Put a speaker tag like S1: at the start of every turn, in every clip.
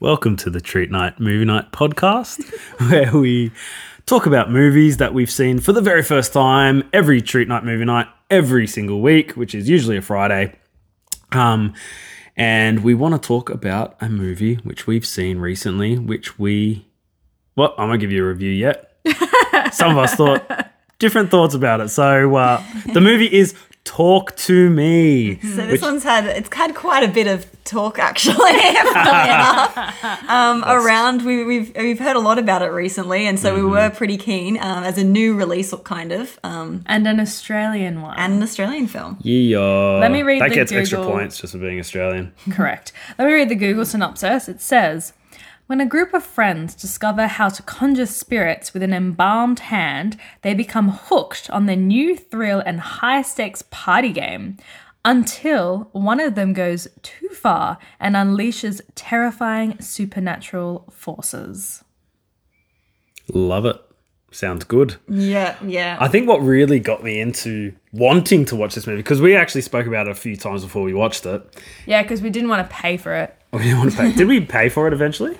S1: Welcome to the Treat Night Movie Night podcast, where we talk about movies that we've seen for the very first time every Treat Night Movie Night every single week, which is usually a Friday. Um, and we want to talk about a movie which we've seen recently, which we. Well, I'm going to give you a review yet some of us thought different thoughts about it. So uh, the movie is Talk to Me.
S2: So this one's had it's had quite a bit of talk actually. funnily enough. um, around we, we've we've heard a lot about it recently, and so we were pretty keen um, as a new release, kind of, um,
S3: and an Australian one.
S2: and an Australian film.
S1: Yeah.
S3: Let me read
S1: That
S3: the
S1: gets extra
S3: Google.
S1: points just for being Australian.
S3: Correct. Let me read the Google synopsis. It says When a group of friends discover how to conjure spirits with an embalmed hand, they become hooked on the new thrill and high stakes party game until one of them goes too far and unleashes terrifying supernatural forces.
S1: Love it. Sounds good.
S2: Yeah, yeah.
S1: I think what really got me into wanting to watch this movie, because we actually spoke about it a few times before we watched it.
S3: Yeah, because we didn't want to pay for it.
S1: We didn't want to pay. did we pay for it eventually?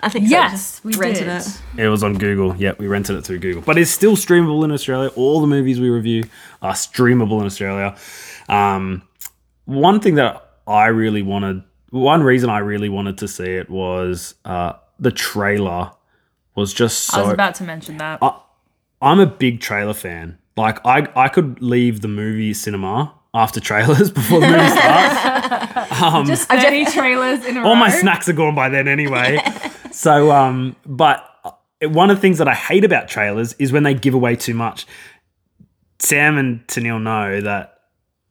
S2: I think so,
S3: Yes,
S2: just
S3: we
S2: rented
S3: did.
S2: it.
S1: It was on Google. Yeah, we rented it through Google. But it's still streamable in Australia. All the movies we review are streamable in Australia. Um, one thing that I really wanted, one reason I really wanted to see it was uh, the trailer was just so. um,
S3: I was about to mention that.
S1: I'm a big trailer fan. Like I, I could leave the movie cinema after trailers before the movie starts. Um,
S3: Just 30 trailers in a row.
S1: all my snacks are gone by then anyway. so, um, but uh, one of the things that I hate about trailers is when they give away too much. Sam and Tanil know that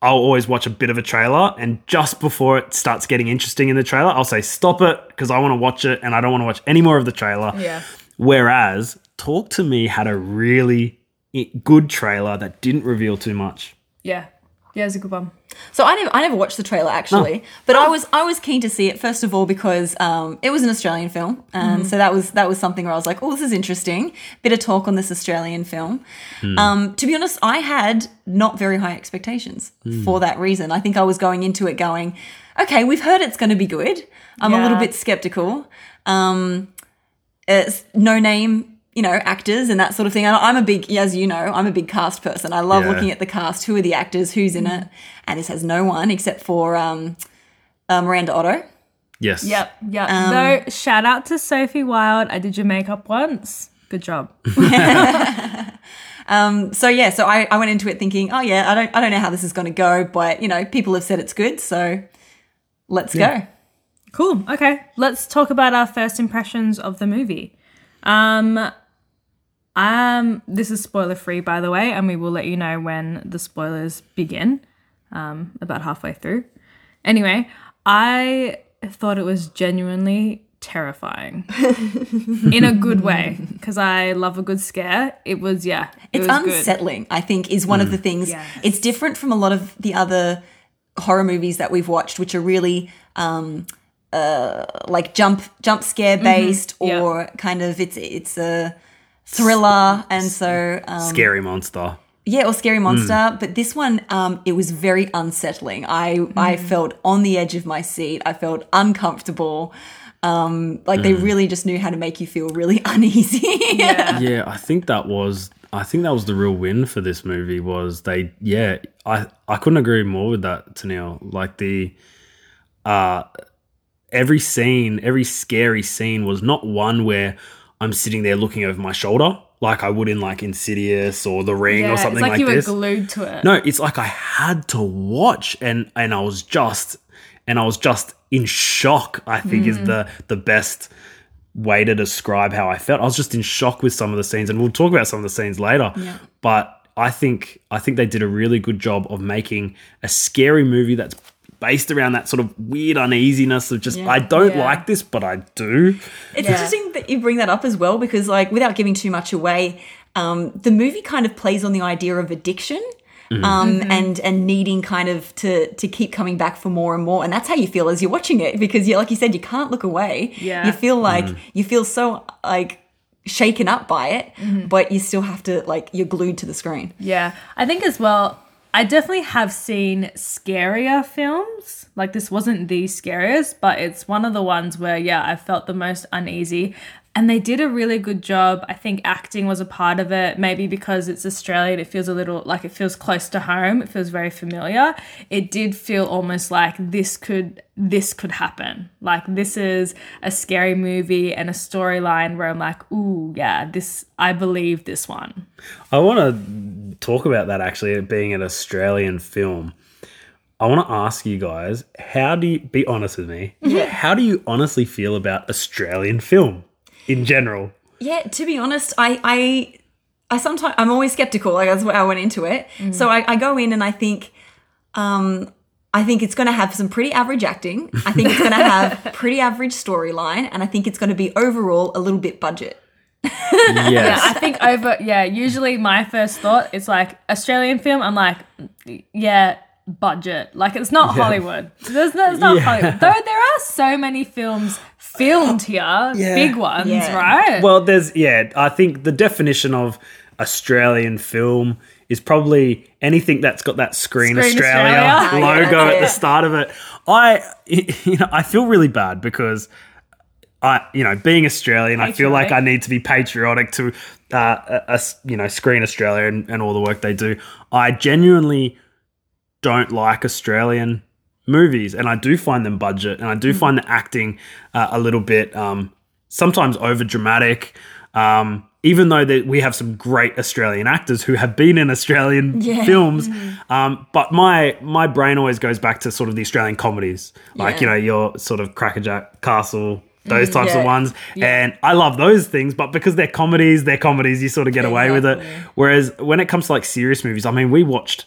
S1: I'll always watch a bit of a trailer, and just before it starts getting interesting in the trailer, I'll say stop it because I want to watch it and I don't want to watch any more of the trailer.
S3: Yeah.
S1: Whereas Talk to Me had a really i- good trailer that didn't reveal too much.
S3: Yeah. Yeah, it's a good one.
S2: So I never, I never watched the trailer actually, but I was I was keen to see it first of all because um, it was an Australian film, and so that was that was something where I was like, oh, this is interesting. Bit of talk on this Australian film. Um, to be honest, I had not very high expectations for that reason. I think I was going into it going, okay, we've heard it's going to be good. I'm a little
S3: Yeah.
S2: bit skeptical. Um, it's no name, you know, actors and that sort of thing. And I'm a big, as you know, I'm a big cast person. I love
S1: Yeah.
S2: looking at the cast. Who are the actors? Who's in it? And this has no one except for um, uh, Miranda Otto.
S1: Yes.
S3: Yep, yep.
S2: Um,
S3: Though shout out to Sophie Wild. I did your makeup once. Good job.
S2: Um, so yeah, so I, I went into it thinking, oh yeah, I don't I don't know how this is going to go, but you know, people have said it's good, so let's go.
S3: Cool. Okay, let's talk about our first impressions of the movie. Um, um, this is spoiler free, by the way, and we will let you know when the spoilers begin. Um, about halfway through. Anyway, I thought it was genuinely terrifying in a good way because I love a good scare. It was yeah, it
S2: It's
S3: was good. Mm.
S2: unsettling, I think, is one of the things.
S3: Yes.
S2: It's different from a lot of the other horror movies that we've watched, which are really um, uh, like jump jump scare based
S3: Mm-hmm. yeah.
S2: or kind of it's it's a thriller, and so um,
S1: Scary monster.
S2: yeah, or scary monster.
S3: Mm.
S2: But this one, um, it was very unsettling. I
S3: Mm.
S2: I felt on the edge of my seat. I felt uncomfortable. Um, like they
S3: Mm.
S2: really just knew how to make you feel really uneasy.
S1: yeah i think that was i think that was the real win for this movie was they yeah i i couldn't agree more with that Tanil. like the uh every scene every scary scene was not one where i'm sitting there looking over my shoulder like i would in like insidious or the ring
S3: Yeah,
S1: or something
S3: it's like, you
S1: this
S3: were glued to it.
S1: no it's like i had to watch and and i was just and i was just in shock i think is the the best way to describe how i felt i was just in shock with some of the scenes and we'll talk about some of the scenes later but i think i think they did a really good job of making a scary movie that's based around that sort of weird uneasiness of just i don't
S3: Yeah.
S1: like this but i do
S2: It's interesting that you bring that up as well because, like, without giving too much away, um, the movie kind of plays on the idea of addiction. Um, and and needing kind of to to keep coming back for more and more, and that's how you feel as you're watching it because you like you said you can't look away.
S3: Yeah.
S2: you feel like you feel so like shaken up by it, but you still have to like you're glued to the screen.
S3: Yeah, I think as well. I definitely have seen scarier films. Like this wasn't the scariest, but it's one of the ones where yeah, I felt the most uneasy. And they did a really good job. I think acting was a part of it. Maybe because it's Australian, it feels a little like it feels close to home. It feels very familiar. It did feel almost like this could this could happen. Like this is a scary movie and a storyline where I'm like, ooh, yeah, this I believe this one.
S1: I want to talk about that actually, it being an Australian film. I want to ask you guys, how do you be honest with me? How do you honestly feel about Australian film in general?
S2: Yeah, to be honest, I I I sometimes I'm always skeptical. Like that's why I went into it. So I, I go in and I think, um, I think it's going to have some pretty average acting. I think it's going to have pretty average storyline, and I think it's going to be overall a little bit budget.
S3: Yeah, I
S1: Yes.
S3: think over yeah, usually my first thought is like Australian film, I'm like yeah, budget. Like it's not Hollywood. There's no, it's not
S1: Yeah.
S3: Hollywood. Though there are so many films filmed here, big ones,
S2: Yeah.
S3: right?
S1: Well, there's yeah, I think the definition of Australian film is probably anything that's got that Screen,
S3: Screen
S1: Australia,
S3: Australia.
S2: Ah, yeah,
S1: logo
S2: that's
S1: at the
S2: it.
S1: start of it. I you know, I feel really bad because I you know, being Australian, I feel like I
S3: Patriotic.
S1: need to be patriotic to uh, uh, us- you know, Screen Australia and, and all the work they do. I genuinely don't like Australian movies, and I do find them budget, and I
S2: Hmm.
S1: do find the acting uh, a little bit um, sometimes over dramatic. Um, even though that we have some great Australian actors who have been in Australian
S2: Yeah. Hmm.
S1: films, um, but my my brain always goes back to sort of the Australian comedies, like
S2: Yeah. Mm,
S1: you know your sort of Crackerjack Castle. Those types of
S2: yeah.
S1: ones, and I love those things, but because they're comedies, they're comedies. You sort of get away with it.
S2: Exactly.
S1: Whereas when it comes to like serious movies, I mean, we watched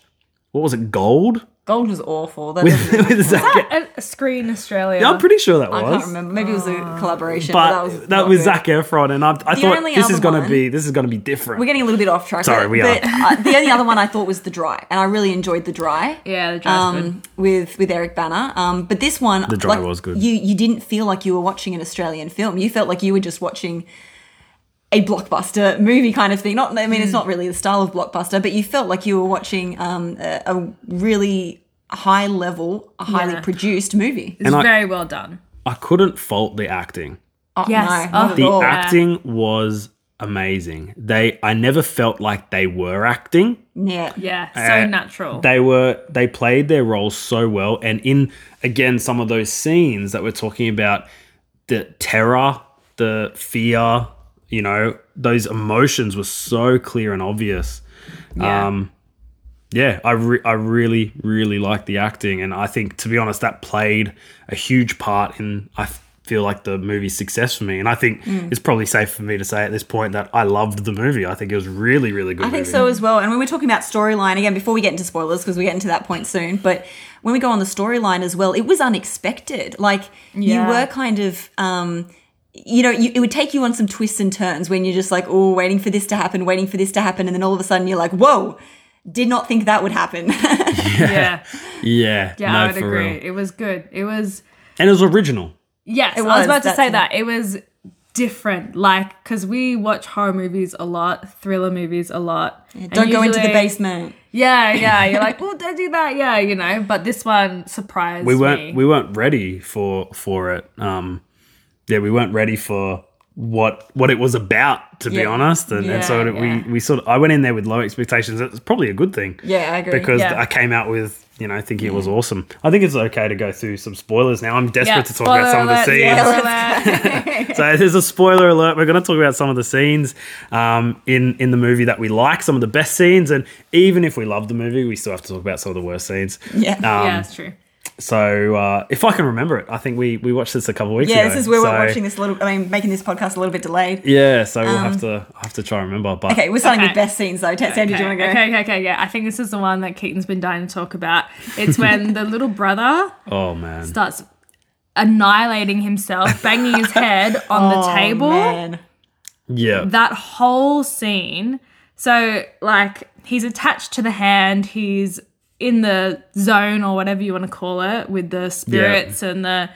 S1: what was it, Gold?
S2: Gold was awful. That doesn't-
S1: With Zac-
S3: Uh, Screen Australia.
S1: I'm pretty sure that
S2: I
S1: was.
S2: can't remember. Maybe it was a collaboration.
S1: But
S2: that was not good.
S1: Zac Efron, and I, I thought
S2: only
S1: this is
S2: other
S1: going to
S2: one-
S1: be this is going to be different.
S2: We're getting a little bit off track.
S1: Sorry, we
S2: but,
S1: are.
S2: uh, the only other one I thought was the dry, and I really enjoyed the dry.
S3: yeah, the dry's good.
S2: um, with with Eric Banner. Um, but this one, the
S1: Dry was good.
S2: You you didn't feel like you were watching an Australian film. You felt like you were just watching a blockbuster movie kind of thing. Not, I mean,
S3: Hmm.
S2: it's not really the style of blockbuster, but you felt like you were watching um, a, a really high level, a highly
S3: Yeah.
S2: produced movie.
S3: It's
S1: and I-
S3: very well done.
S1: I couldn't fault the acting.
S2: Oh,
S3: Yes.
S2: no, not
S3: Oh,
S2: at
S1: The
S2: all.
S1: acting was amazing. They, I never felt like they were acting.
S2: yeah.
S3: Yeah, so
S1: Uh,
S3: natural.
S1: They were they played their roles so well, and in again some of those scenes that we're talking about, the terror, the fear, you know, those emotions were so clear and obvious.
S3: Yeah.
S1: Um, yeah, I re- I really really liked the acting, and I think to be honest, that played a huge part in I f- feel like the movie's success for me. And I think
S3: Mm.
S1: it's probably safe for me to say at this point that I loved the movie. I think it was really really good.
S2: I think
S1: movie.
S2: so as well. And when we're talking about storyline, again, before we get into spoilers, because we get into that point soon, but when we go on the storyline as well, it was unexpected. Like,
S3: Yeah.
S2: you were kind of. Um, you know, you, it would take you on some twists and turns when you're just like, oh, waiting for this to happen, waiting for this to happen, and then all of a sudden you're like, whoa, did not think that would happen.
S3: yeah,
S1: Yeah,
S3: yeah,
S1: no,
S3: I would
S1: for
S3: agree.
S1: real.
S3: It was good. It was
S1: And it was original.
S3: Yes, I was
S2: was,
S3: about to
S2: that's
S3: say
S2: it.
S3: that. It was different, like because we watch horror movies a lot, thriller movies a lot. and
S2: Don't go into the
S3: usually-
S2: basement.
S3: Yeah, yeah. You're like, well, don't do that. Yeah, you know. But this one surprised
S1: We
S3: me.
S1: weren't we weren't ready for for it. Um, yeah, we weren't ready for what what it was about. To be
S2: Yeah.
S1: honest, and, and so
S3: Yeah,
S1: that
S3: yeah.
S1: we we sort of I went in there with low expectations. It's probably a good thing.
S2: Yeah, I agree.
S1: Because
S3: Yeah. Mm.
S1: I came out with you know thinking it was awesome. I think it's okay to go through some spoilers now. I'm desperate
S3: yeah.
S1: to talk about some of the
S3: spoiler
S1: scenes.
S3: alert, spoiler alert.
S1: So there's a spoiler alert. We're going to talk about some of the scenes um, in in the movie that we like, some of the best scenes, and even if we love the movie, we still have to talk about some of the worst scenes. Um,
S2: Yeah.
S3: yeah, it's true.
S1: So uh, if I can remember it, I think we we watched this a couple weeks
S2: yeah,
S1: ago.
S2: this is where
S1: so-
S2: we're watching this a little, I mean, making this podcast a little bit delayed.
S1: Yeah, so we'll have to I have to try and remember. But
S2: Okay, we're starting
S3: Okay.
S2: with best scenes though. Sam, did you want to go?
S3: okay, okay, okay, yeah. I think this is the one that Keaton's been dying to talk about. It's when the little brother
S1: oh man,
S3: starts annihilating himself, banging his head on the table.
S2: Oh, Man.
S1: yeah,
S3: that whole scene. So, like, he's attached to the hand, he's in the zone or whatever you want to call it with the spirits and the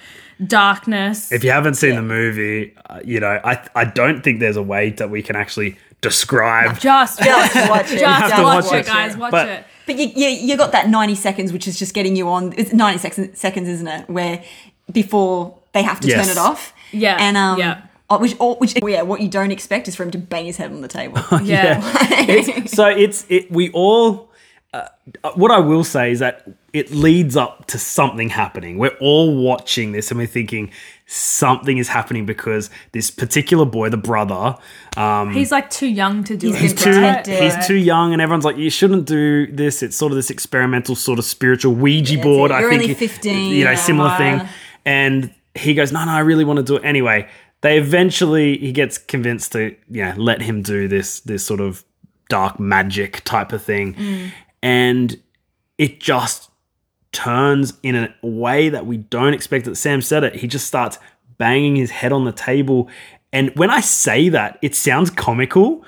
S3: darkness.
S1: If you haven't seen the movie, uh, you know I I don't think there's a way that we can actually describe.
S3: just, just,
S2: Just watch it.
S1: have to
S3: watch,
S1: watch
S3: it,
S1: it.
S3: guys. Watch
S1: But-
S3: it.
S2: But you, you, you got that 90 seconds, which is just getting you on. It's 90 sec- seconds, isn't it? Where before they have to
S1: Yes.
S2: turn it off.
S3: Yeah,
S2: And, um,
S3: yeah.
S2: oh, Which, oh, which, yeah, what you don't expect is for him to bang his head on the table.
S3: Yeah.
S1: It's, so it's it. We all. Uh, what I will say is that it leads up to something happening. We're all watching this and we're thinking something is happening because this particular boy, the brother, um,
S3: He's like too young to do
S2: He's
S3: it.
S1: he's too
S2: Right.
S1: he's too young and everyone's like you shouldn't do this it's sort of this experimental sort of spiritual ouija
S2: it.
S1: board i
S2: You're
S1: think
S2: only 15,
S1: you know
S2: yeah.
S1: similar
S2: Wow.
S1: thing and he goes no no i really want to do it anyway they eventually he gets convinced to yeah let him do this this sort of dark magic type of thing
S2: Mm.
S1: and it just turns in a way that we don't expect that Sam said it. He just starts banging his head on the table. And when I say that, it sounds comical,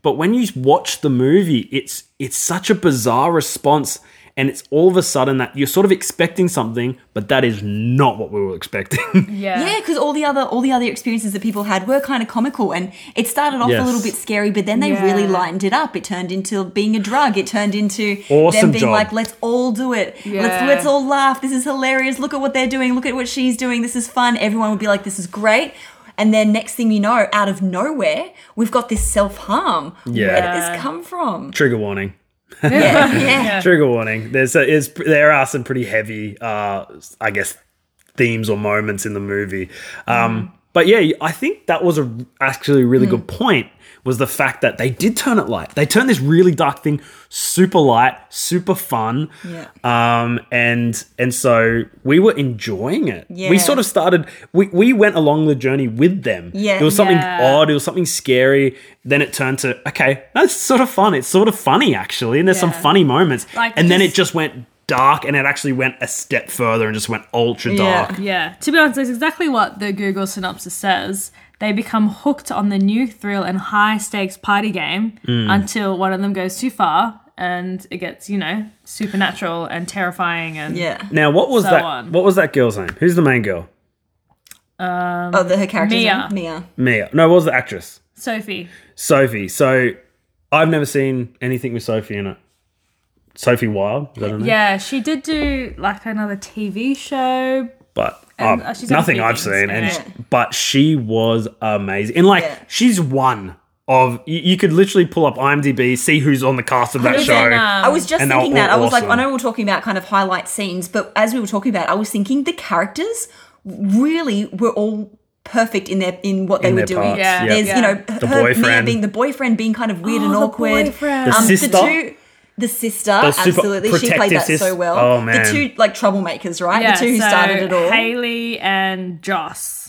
S1: but when you watch the movie, it's it's such a bizarre response and it's all of a sudden that you're sort of expecting something, but that is not what we were expecting.
S3: Yeah.
S2: Yeah, because all the other all the other experiences that people had were kind of comical, and it started off
S1: Yes.
S2: a little bit scary, but then they
S3: Yeah.
S2: really lightened it up. It turned into being a drug. It turned into
S1: Awesome
S2: them being
S1: job.
S2: like, "Let's all do it. Let's
S3: Yeah.
S2: let's all laugh. This is hilarious. Look at what they're doing. Look at what she's doing. This is fun." Everyone would be like, "This is great." And then next thing you know, out of nowhere, we've got this self harm. Where
S1: Yeah.
S2: did this come from?
S1: Trigger warning.
S2: Yeah, yeah.
S1: Trigger warning. There's a, is there are some pretty heavy, uh, I guess, themes or moments in the movie. Um, But yeah, I think that was a actually a really good point. Was the fact that they did turn it light? They turned this really dark thing super light, super fun.
S2: Yeah.
S1: Um, and and so we were enjoying it.
S2: Yeah.
S1: We sort of started. We we went along the journey with them.
S2: Yeah.
S1: It was something
S3: Yeah.
S1: odd. It was something scary. Then it turned to okay, that's sort of fun. It's sort of funny actually, and there's some
S3: Yeah.
S1: funny moments
S3: Like,
S1: and then it
S3: just-
S1: just went dark and it actually went a step further and just went ultra
S2: Yeah.
S1: dark.
S3: Yeah. To be honest, that's exactly what the Google synopsis says. They become hooked on the new thrill and high stakes party game until one of them goes too far and it gets, you know, supernatural and terrifying and
S2: yeah.
S1: Now what was
S3: So
S1: that
S3: on.
S1: what was that girl's name? Who's the main girl?
S2: oh, the her character
S3: Mia.
S2: Mia.
S1: Mia. No, what was the actress?
S3: Sophie.
S1: Sophie. So I've never seen anything with Sophie in it. Sophie Wilde, is that her name?
S3: Yeah, she did do like another TV show.
S1: But
S3: And,
S1: um,
S3: uh, she's done a
S1: nothing
S3: few
S1: I've
S3: things,
S1: seen. And
S3: yeah.
S1: she- but she was amazing. And like
S2: Yeah.
S1: she's one of you, you could literally pull up IMDb, see who's on the cast of that
S3: Who's
S1: show.
S3: in, um,
S2: I was just
S1: And they were
S2: thinking that.
S1: all
S2: I was like, I
S1: awesome.
S2: know we we're talking about kind of highlight scenes, but as we were talking about, I was thinking the characters really were all perfect in their in what they
S1: In
S2: were
S1: their
S2: doing.
S1: parts, Yeah. yeah.
S2: There's you know
S1: The
S2: Mia
S1: boyfriend.
S2: being the boyfriend being kind of weird and
S3: the
S2: awkward.
S3: Oh,
S2: Um,
S3: boyfriend. The
S1: sister.
S2: two the sister,
S1: super
S2: absolutely. She played
S1: protective
S2: that so
S1: sis-
S2: well.
S1: oh,
S2: The
S1: man.
S2: two like troublemakers, right?
S3: Yeah,
S2: the two who
S3: so
S2: started it all.
S3: Haley and Joss.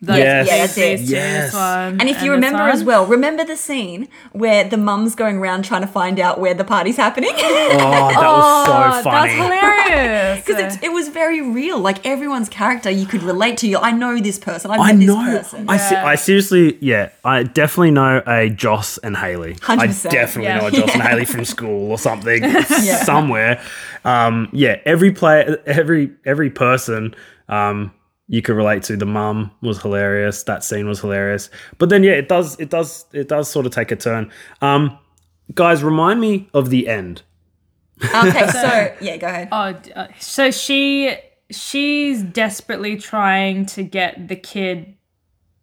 S3: Those
S1: Yes.
S2: Yeah, that's it.
S3: these two, this
S1: Yes.
S3: one
S2: And if you
S3: this
S2: remember as
S3: one.
S2: well, remember the scene where the mum's going around trying to find out where the party's happening?
S1: Oh, that was so funny.
S3: That's hilarious.
S2: Because it, it was very real. Like everyone's character, you could relate to. You, I know this person. I've
S1: I
S2: met
S1: know.
S2: this person.
S1: I, se- I seriously, yeah. I definitely know a Joss and Haley. I
S2: 100%.
S1: definitely
S3: Yeah.
S1: know a Joss and Haley from school or something somewhere. Um, yeah, every player, every every person um, you could relate to. The mum was hilarious. That scene was hilarious. But then, yeah, it does it does it does sort of take a turn. Um, guys, remind me of the end.
S2: okay, so yeah, go ahead.
S3: Oh, d- uh, so she she's desperately trying to get the kid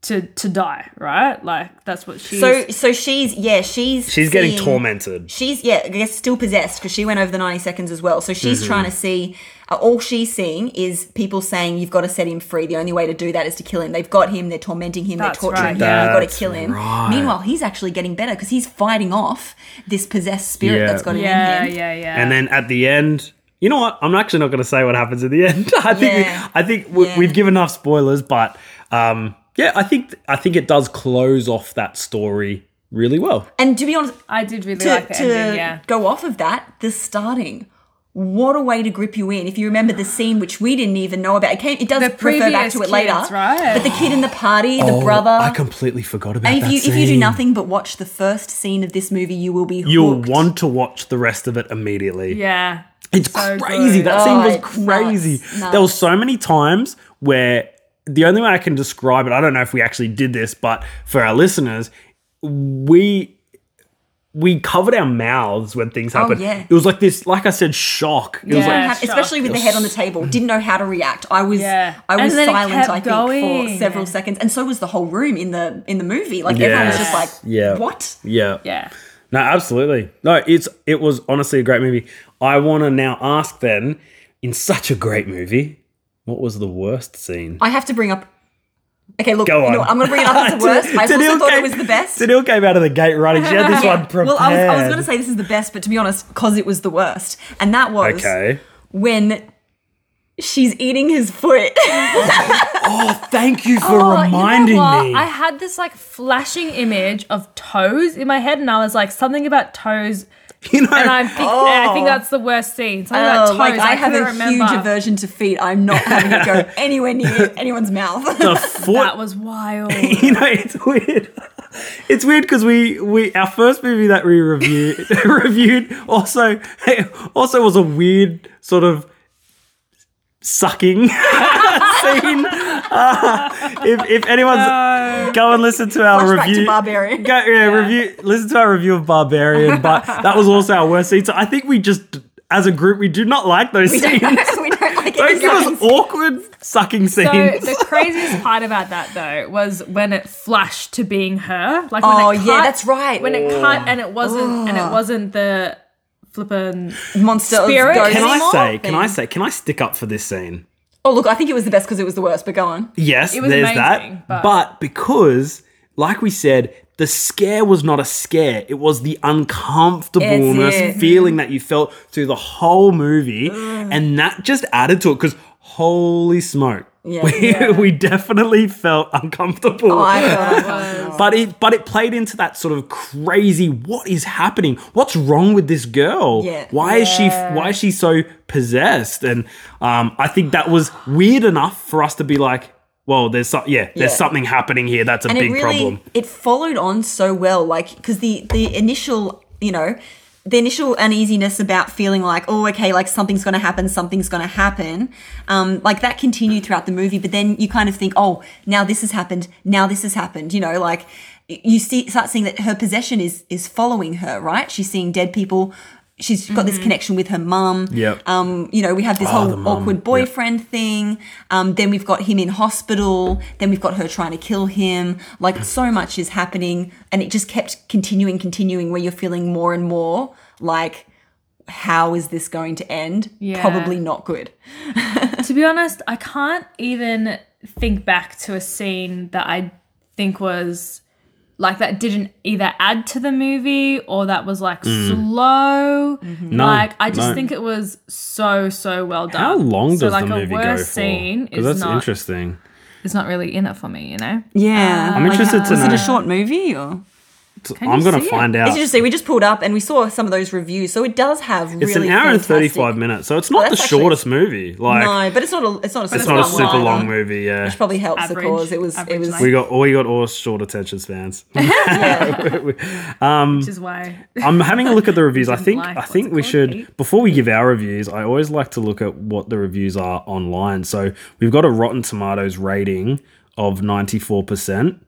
S3: to to die, right? Like that's what she's.
S2: so so she's yeah she's
S1: She's getting
S2: seeing-
S1: tormented.
S2: She's yeah, I guess still possessed because she went over the ninety seconds as well. So she's
S1: Mm-hmm.
S2: trying to see. Uh, all she's seeing is people saying you've got to set him free. The only way to do that is to kill him. They've got him. They're tormenting him.
S3: That's
S2: they're torturing
S3: right,
S2: him. You've got to
S1: That's
S2: kill him.
S1: right.
S2: Meanwhile, he's actually getting better because he's fighting off this possessed spirit
S1: Yeah.
S2: that's got it
S3: yeah,
S2: in him.
S3: yeah, yeah.
S1: And then at the end, you know what? I'm actually not going to say what happens at the end. I think
S2: Yeah.
S1: I think we,
S2: Yeah.
S1: we've given enough spoilers, but um, yeah, I think I think it does close off that story really well.
S2: And to be honest,
S3: I did really
S2: to,
S3: like the
S2: to
S3: ending. Yeah.
S2: go off of that, the starting. What a way to grip you in. If you remember the scene, which we didn't even know about, it, came, it does
S3: The
S2: refer back
S3: previous
S2: to it later.
S3: kids, right?
S2: But the kid in the party, the
S1: Oh, I
S2: brother.
S1: completely forgot about
S2: and if
S1: that
S2: you if you do
S1: scene.
S2: nothing but watch the first scene of this movie, you will be hooked.
S1: you'll want to watch the rest of it immediately.
S3: Yeah.
S1: It's
S3: So
S1: crazy.
S3: good.
S1: That scene
S2: Oh,
S1: was
S2: it's
S1: crazy.
S2: nuts,
S1: There were
S2: nuts.
S1: so many times where the only way I can describe it, I don't know if we actually did this, but for our listeners, we we covered our mouths when things happened.
S2: Oh, yeah.
S1: It was like this, like I said, shock. It was
S3: Yeah.
S1: like
S2: Ha- especially with the head on the table, didn't know how to react. I was,
S3: Yeah.
S2: I was
S3: And then it
S2: silent.
S3: kept
S2: I think
S3: going.
S2: for several seconds, and so was the whole room in the in the movie. Like everyone was
S1: Yes.
S2: just like,
S1: Yeah.
S2: what?"
S1: yeah.
S3: Yeah.
S1: No, absolutely. No, it's it was honestly a great movie. I want to now ask then, in such a great movie, what was the worst scene?
S2: I have to bring up. Okay, look,
S1: Go
S2: you know
S1: on.
S2: what, I'm going to bring it up as the worst. I also
S1: Tennille
S2: thought it
S1: came-
S2: was the best.
S1: Tennille came out of the gate running. She had this one prepared.
S2: Well, I was, I was going to say this is the best, but to be honest, because it was the worst, and that was
S1: Okay.
S2: when she's eating his foot.
S1: Thank you for
S3: Oh, you know
S1: reminding
S3: what?
S1: me.
S3: I had this like flashing image of toes in my head, and I was like, something about toes.
S1: you know,
S3: And I think, and I think that's the worst scene. Something
S2: Oh,
S3: about toes.
S2: like I, have
S3: couldn't
S2: a
S3: remember.
S2: huge aversion to feet. I'm not having it go anywhere near anyone's mouth.
S1: the foot
S3: That was wild.
S1: you know, it's weird. It's weird because we, we our first movie that we reviewed reviewed also also was a weird sort of sucking scene. Uh, if, if anyone's go and listen to our
S2: Flashback to
S1: review,
S2: Barbarian.
S1: Go, yeah, review. Listen to our review of Barbarian, but that was also our worst scene. So I think we just, as a group, we do not like those
S2: we
S1: scenes.
S2: don't
S1: Don't
S2: we don't like it.
S1: give us awkward sucking scenes.
S3: So the craziest part about that though was when it flashed to being her. Like
S2: Oh,
S3: when it
S2: yeah,
S3: cut-
S2: that's right.
S3: When it cut and it wasn't and it wasn't the flippin'
S2: monster of
S3: Spirit?
S2: ghosts
S1: can I
S2: anymore.
S1: say? Can I say? Can I stick up for this scene?
S2: Oh look, I think it was the best because it was the worst. But go on.
S1: Yes,
S3: was
S1: there's
S3: amazing,
S1: that. But.
S3: but-
S1: because, like we said, the scare was not a scare. It was the
S2: It's
S1: uncomfortableness
S2: it.
S1: feeling that you felt through the whole movie, and that just added to it. Because holy smoke,
S2: Yeah.
S1: we, we definitely felt uncomfortable.
S2: Oh, I feel like-
S1: But it but it played into that sort of crazy. What is happening? What's wrong with this girl?
S2: Yeah.
S1: Why is she Why is she so possessed? And um, I think that was weird enough for us to be like, well, there's so, yeah, there's
S2: Yeah.
S1: something happening here. That's a
S2: and
S1: big
S2: it really
S1: problem.
S2: it followed on so well like because the the initial you know the initial uneasiness about feeling like oh okay like something's going to happen something's going to happen um, like that continued throughout the movie but then you kind of think oh now this has happened now this has happened you know like y- you see start seeing that her possession is is following her right she's seeing dead people she's got this connection with her mum
S1: Mm-hmm. Yep.
S2: um you know we have this
S1: Ah, the
S2: whole
S1: mum.
S2: awkward
S1: Yep.
S2: boyfriend friend thing. Um, then we've got him in hospital. Then we've got her trying to kill him. Like so much is happening, and it just kept continuing, continuing. Where you're feeling more and more like, how is this going to end?
S3: Yeah.
S2: Probably not good.
S3: to be honest, I can't even think back to a scene that I think was like that didn't either add to the movie or that was like slow.
S2: Mm-hmm.
S1: No,
S3: like I just
S1: Oh, no.
S3: think it was so so well done.
S1: How long does
S3: so, like,
S1: the
S3: a
S1: movie go
S3: worse
S1: for?
S3: Scene
S1: Because
S3: is
S1: that's
S3: not,
S1: interesting.
S3: It's not really in it for me, you know.
S2: Yeah,
S3: Oh
S1: I'm interested to
S2: Was it
S1: know.
S2: a short movie or?
S1: I'm
S3: you
S1: gonna
S3: see it?
S1: find
S2: It's
S1: out.
S2: interesting. We just pulled up and we saw some of those reviews, so it does have.
S1: It's
S2: really
S1: an hour and
S2: fantastic-
S1: thirty-five minutes, so it's not the
S2: that's actually-
S1: shortest movie. Like,
S2: No, but it's not a. It's not a.
S1: it's
S2: super
S1: not a
S3: not
S1: super
S3: long
S1: long
S2: either.
S1: movie. Yeah,
S2: Which probably helps the
S3: Average-
S2: cause. It was. It
S3: average
S2: was.
S3: length.
S1: we got all we got all short attention spans.
S2: yeah.
S1: Mm.
S3: Which is why
S1: I'm having a look at the reviews. I
S3: Didn't
S1: think
S3: like
S1: I
S3: what's
S1: think
S3: it
S1: we
S3: called,
S1: should
S3: hate?
S1: before we give our reviews. I always like to look at what the reviews are online. So we've got a Rotten Tomatoes rating of 94%,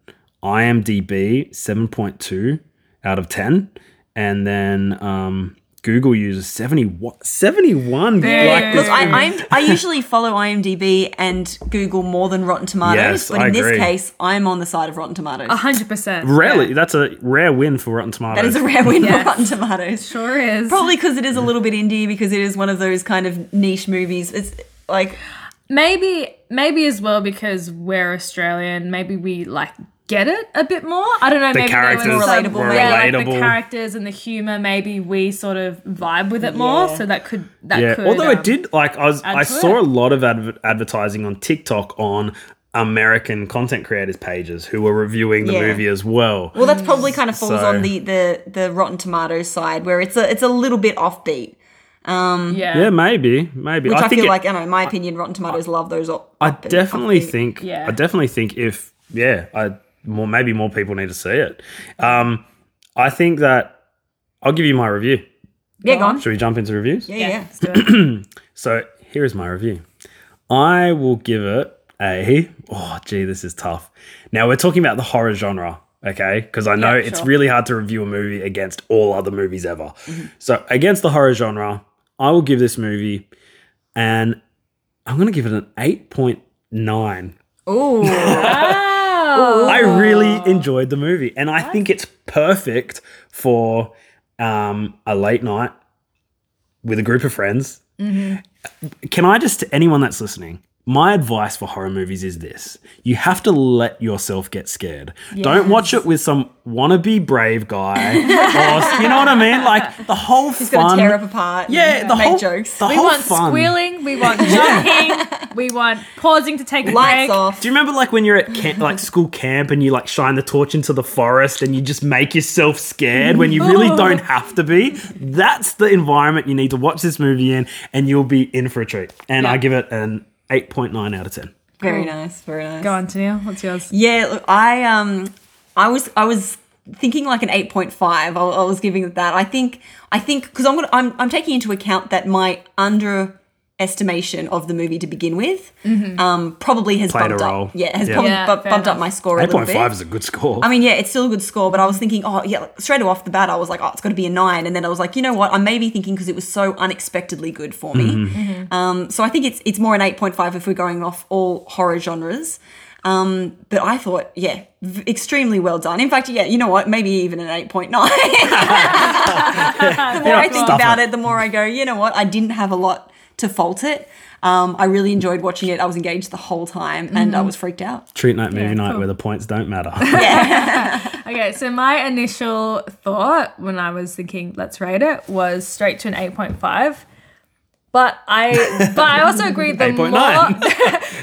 S1: IMDb 7.2 out of 10, and then um, Google users 71 71 like
S2: Look,
S1: this.
S2: I, I'm, I usually follow IMDb and Google more than Rotten Tomatoes,
S1: Yes,
S2: but
S1: I
S2: in this
S1: agree.
S2: case, I'm on the side of Rotten Tomatoes.
S3: hundred percent.
S1: Rarely, that's a rare win for Rotten Tomatoes.
S2: that is a rare win
S3: Yes.
S2: for Rotten Tomatoes.
S3: Sure is.
S2: Probably because it is a little bit indie, because it is one of those kind of niche movies. It's like,
S3: Maybe maybe as well because we're Australian, maybe we like get it a bit more. I don't know, maybe there was
S1: characters
S3: some-
S2: were
S3: yeah, Like
S1: relatable.
S3: the characters and the humor, maybe we sort of vibe with it more.
S2: Yeah.
S3: So that could that
S1: Yeah.
S3: could
S1: Although
S3: um,
S1: it did, like, I was, I
S3: to
S1: saw
S3: it.
S1: a lot of adver- advertising on TikTok on American content creators pages who were reviewing the
S2: Yeah.
S1: movie as well.
S2: well, that's probably kind of falls
S1: So-
S2: on the, the the Rotten Tomatoes side, where it's a it's a little bit offbeat.
S3: yeah.
S1: yeah, maybe, maybe.
S2: Which I,
S1: think
S2: feel
S1: it-
S2: like, I don't know, in my opinion, Rotten Tomatoes love those. Op-
S1: I
S2: offbeat-
S1: definitely
S2: offbeat.
S1: think,
S3: Yeah.
S1: I definitely think if, yeah, I more maybe more people need to see it. Um, I think that I'll give you my review.
S2: Yeah, go on.
S1: Should we jump into reviews?
S2: Yeah, yeah.
S3: Let's do it.
S1: So here is my review. I will give it A. Oh, gee, this is tough. Now we're talking about the horror genre, okay? Because I know
S2: Yeah,
S1: it's
S2: sure.
S1: really hard to review a movie against all other movies ever. So against the horror genre, I will give this movie, and I'm going to give it an eight point nine.
S2: Ooh.
S3: Wow.
S1: I
S2: Oh.
S1: really enjoyed the movie, and I think it's perfect for um, a late night with a group of friends.
S2: Mm-hmm.
S1: Can I just, to anyone that's listening, my advice for horror movies is this you have to let yourself get scared. Don't watch it with some wannabe brave guy, or, you know what I mean? Like the whole
S2: He's
S1: fun.
S2: going to tear up apart.
S1: yeah,
S2: and
S1: the
S2: make
S1: whole
S2: jokes.
S1: The
S3: We
S1: whole
S3: want
S1: fun.
S3: squealing, we want jumping, we want pausing to take a break.
S2: Lights off.
S1: Do you remember like when you're at camp, like school camp and you like shine the torch into the forest and you just make yourself scared when you really don't have to be? That's the environment you need to watch this movie in and you'll be in for a treat. And I give it an 8.9 out of 10.
S2: Very nice. Very nice.
S3: Go on, Tanya, what's yours?
S2: Yeah, look, I um, I was I was thinking like an eight point five. I, I was giving it that. I think I think because I'm gonna I'm I'm taking into account that my underestimation of the movie to begin with, um, probably has
S1: Mm-hmm. Played a
S2: bumped
S1: role.
S2: up. Yeah, has
S1: Yeah.
S2: probably
S3: Yeah,
S2: bu-
S3: fair
S2: bumped up
S3: enough.
S2: my score a little bit.
S1: 8.5 is a good score.
S2: I mean, yeah, it's still a good score, but I was thinking, oh, yeah, like, straight off the bat, I was like, oh, it's got to be a nine. And then I was like, you know what? I may be thinking because it was so unexpectedly good for me.
S1: Mm-hmm.
S3: Mm-hmm.
S2: Um, so I think it's it's more an 8.5 if we're going off all horror genres. Um, but I thought, yeah, v- extremely well done. In fact, yeah, you know what? Maybe even an 8.9. the more I think
S1: stuff
S2: about
S1: it.
S2: it, the more I go, you know what? I didn't have a lot to fault it. Um, I really enjoyed watching it. I was engaged the whole time and
S3: Mm-hmm.
S2: I was freaked out.
S1: treat night, movie night
S3: cool.
S1: where the points don't matter.
S3: Okay, so my initial thought when I was thinking let's rate it was straight to an 8.5. But I but I also agree the more
S1: 8.9.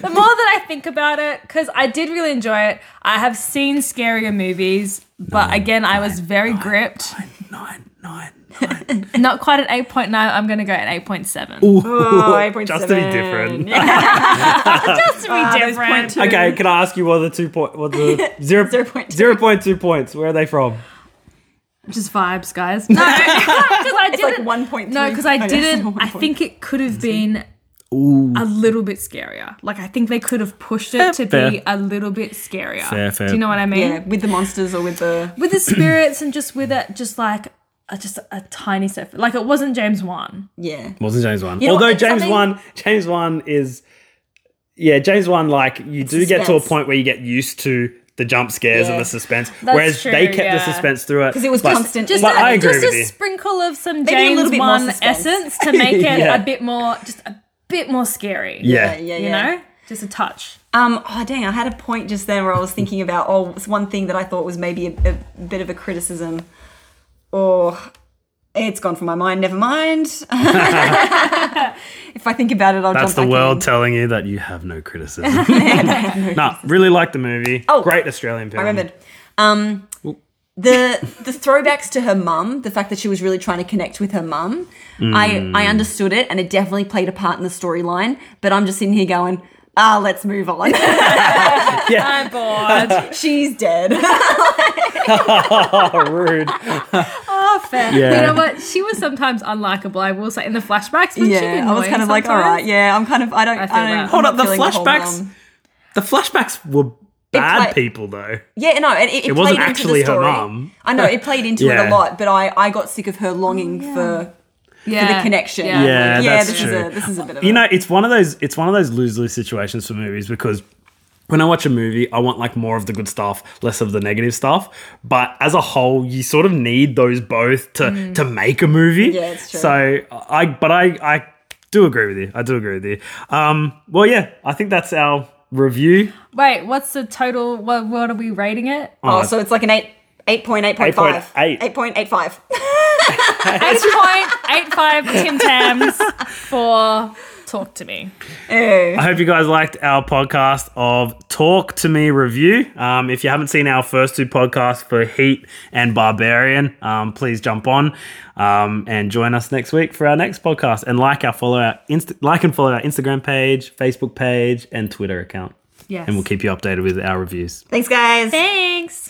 S3: the more that I think about it cuz I did really enjoy it. I have seen scarier movies, but again, I was very gripped.
S1: nine, nine.
S3: Not quite an 8.9, I'm going to go an 8.7.
S1: Just to be different.
S3: Just to be different.
S1: Okay, can I ask you what are the two point? What the zero,
S2: 0.2.
S1: 0.2 points? Where are they from?
S3: Just vibes, guys. No, cuz I did
S2: Like 1.3.
S3: No, because I
S2: yes,
S3: didn't. I
S2: 1.3.
S3: think it could have been a little bit scarier. Like I think they could have pushed it to
S1: Fair.
S3: be a little bit scarier.
S1: Fair, fair.
S3: Do you know what I mean?
S2: Yeah, with the monsters or with the
S3: With the spirits and just with it, just like a, just a tiny step. Like it wasn't James Wan.
S2: yeah.
S1: Wasn't James Wan.
S2: know
S1: Although
S2: what,
S1: James
S2: something-
S1: Wan, James Wan is, yeah, James Wan. Like you do get to a
S2: Suspense.
S1: point where you get used to the jump scares and
S2: Yeah.
S1: the suspense,
S3: That's
S1: whereas they
S3: true,
S1: kept the
S3: yeah.
S1: suspense through it
S2: 'Cause it was
S1: But-
S2: constant. uh,
S3: Just,
S1: But
S3: a,
S1: I agree
S3: just
S1: with
S3: a
S1: you.
S3: sprinkle of some
S2: a little
S3: James
S2: bit more
S3: Wan
S2: suspense.
S3: essence to make it
S1: Yeah.
S3: a bit more, just a bit more scary.
S1: Yeah.
S2: Yeah, yeah.
S3: you know, just a touch.
S2: Um, oh dang, I had a point just then where I was thinking about oh, it's one thing that I thought was maybe a, a bit of a criticism, or it's gone from my mind. Never mind. if I think about it, I'll
S1: That's
S2: jump.
S1: the
S2: back
S1: world
S2: In.
S1: telling you that you have no criticism. nah, really liked the movie.
S2: Oh.
S1: great Australian film.
S2: I remembered. Um, the the throwbacks to her mum, the fact that she was really trying to connect with her mum,
S1: Hmm.
S2: I I understood it, and it definitely played a part in the storyline. But I'm just sitting here going, ah, let's move on.
S3: I'm bored.
S2: She's dead.
S1: Oh, rude.
S3: Oh, fair.
S1: Yeah.
S3: You know what? She was sometimes unlikable. I will say in the flashbacks. But she
S2: Yeah, I was kind of like, all right, yeah, I'm kind of, I don't, I,
S3: feel
S2: don't.
S3: that.
S2: I'm
S3: Hold
S2: not
S1: up, the
S2: feeling whole
S1: flashbacks-
S2: mum.
S1: The flashbacks were bad
S2: play-
S1: people though.
S2: Yeah, no, it, it,
S1: It
S2: played
S1: wasn't
S2: into
S1: actually
S2: the
S1: her
S2: story.
S1: mum.
S2: I know it played into it
S1: Yeah.
S2: a lot, but I, I got sick of her longing for
S3: Oh, yeah.
S2: the connection.
S3: Yeah.
S1: Yeah.
S2: Like,
S1: that's
S2: this
S1: true.
S2: is a this is a bit of
S1: you
S2: a,
S1: know it's one of those it's one of those lose-lose situations for movies because when i watch a movie i want like more of the good stuff less of the negative stuff but as a whole you sort of need those both to to make a movie
S2: Yeah, it's true.
S1: so i but i i do agree with you i do agree with you um well yeah i think that's our review
S3: Wait, what's the total? What, what are we rating it?
S2: Oh, so it's like an eight. 8.8.5.
S1: 8.8.
S2: 8.85.
S3: Eight point eight five Tim Tams for talk to me.
S1: I hope you guys liked our podcast of Talk to Me review. Um, if you haven't seen our first two podcasts for Heat and Barbarian, um, please jump on um, and join us next week for our next podcast. And like our follow our Inst- like and follow our Instagram page, Facebook page, and Twitter account.
S3: Yes.
S1: And we'll keep you updated with our reviews.
S2: Thanks, guys.
S3: Thanks.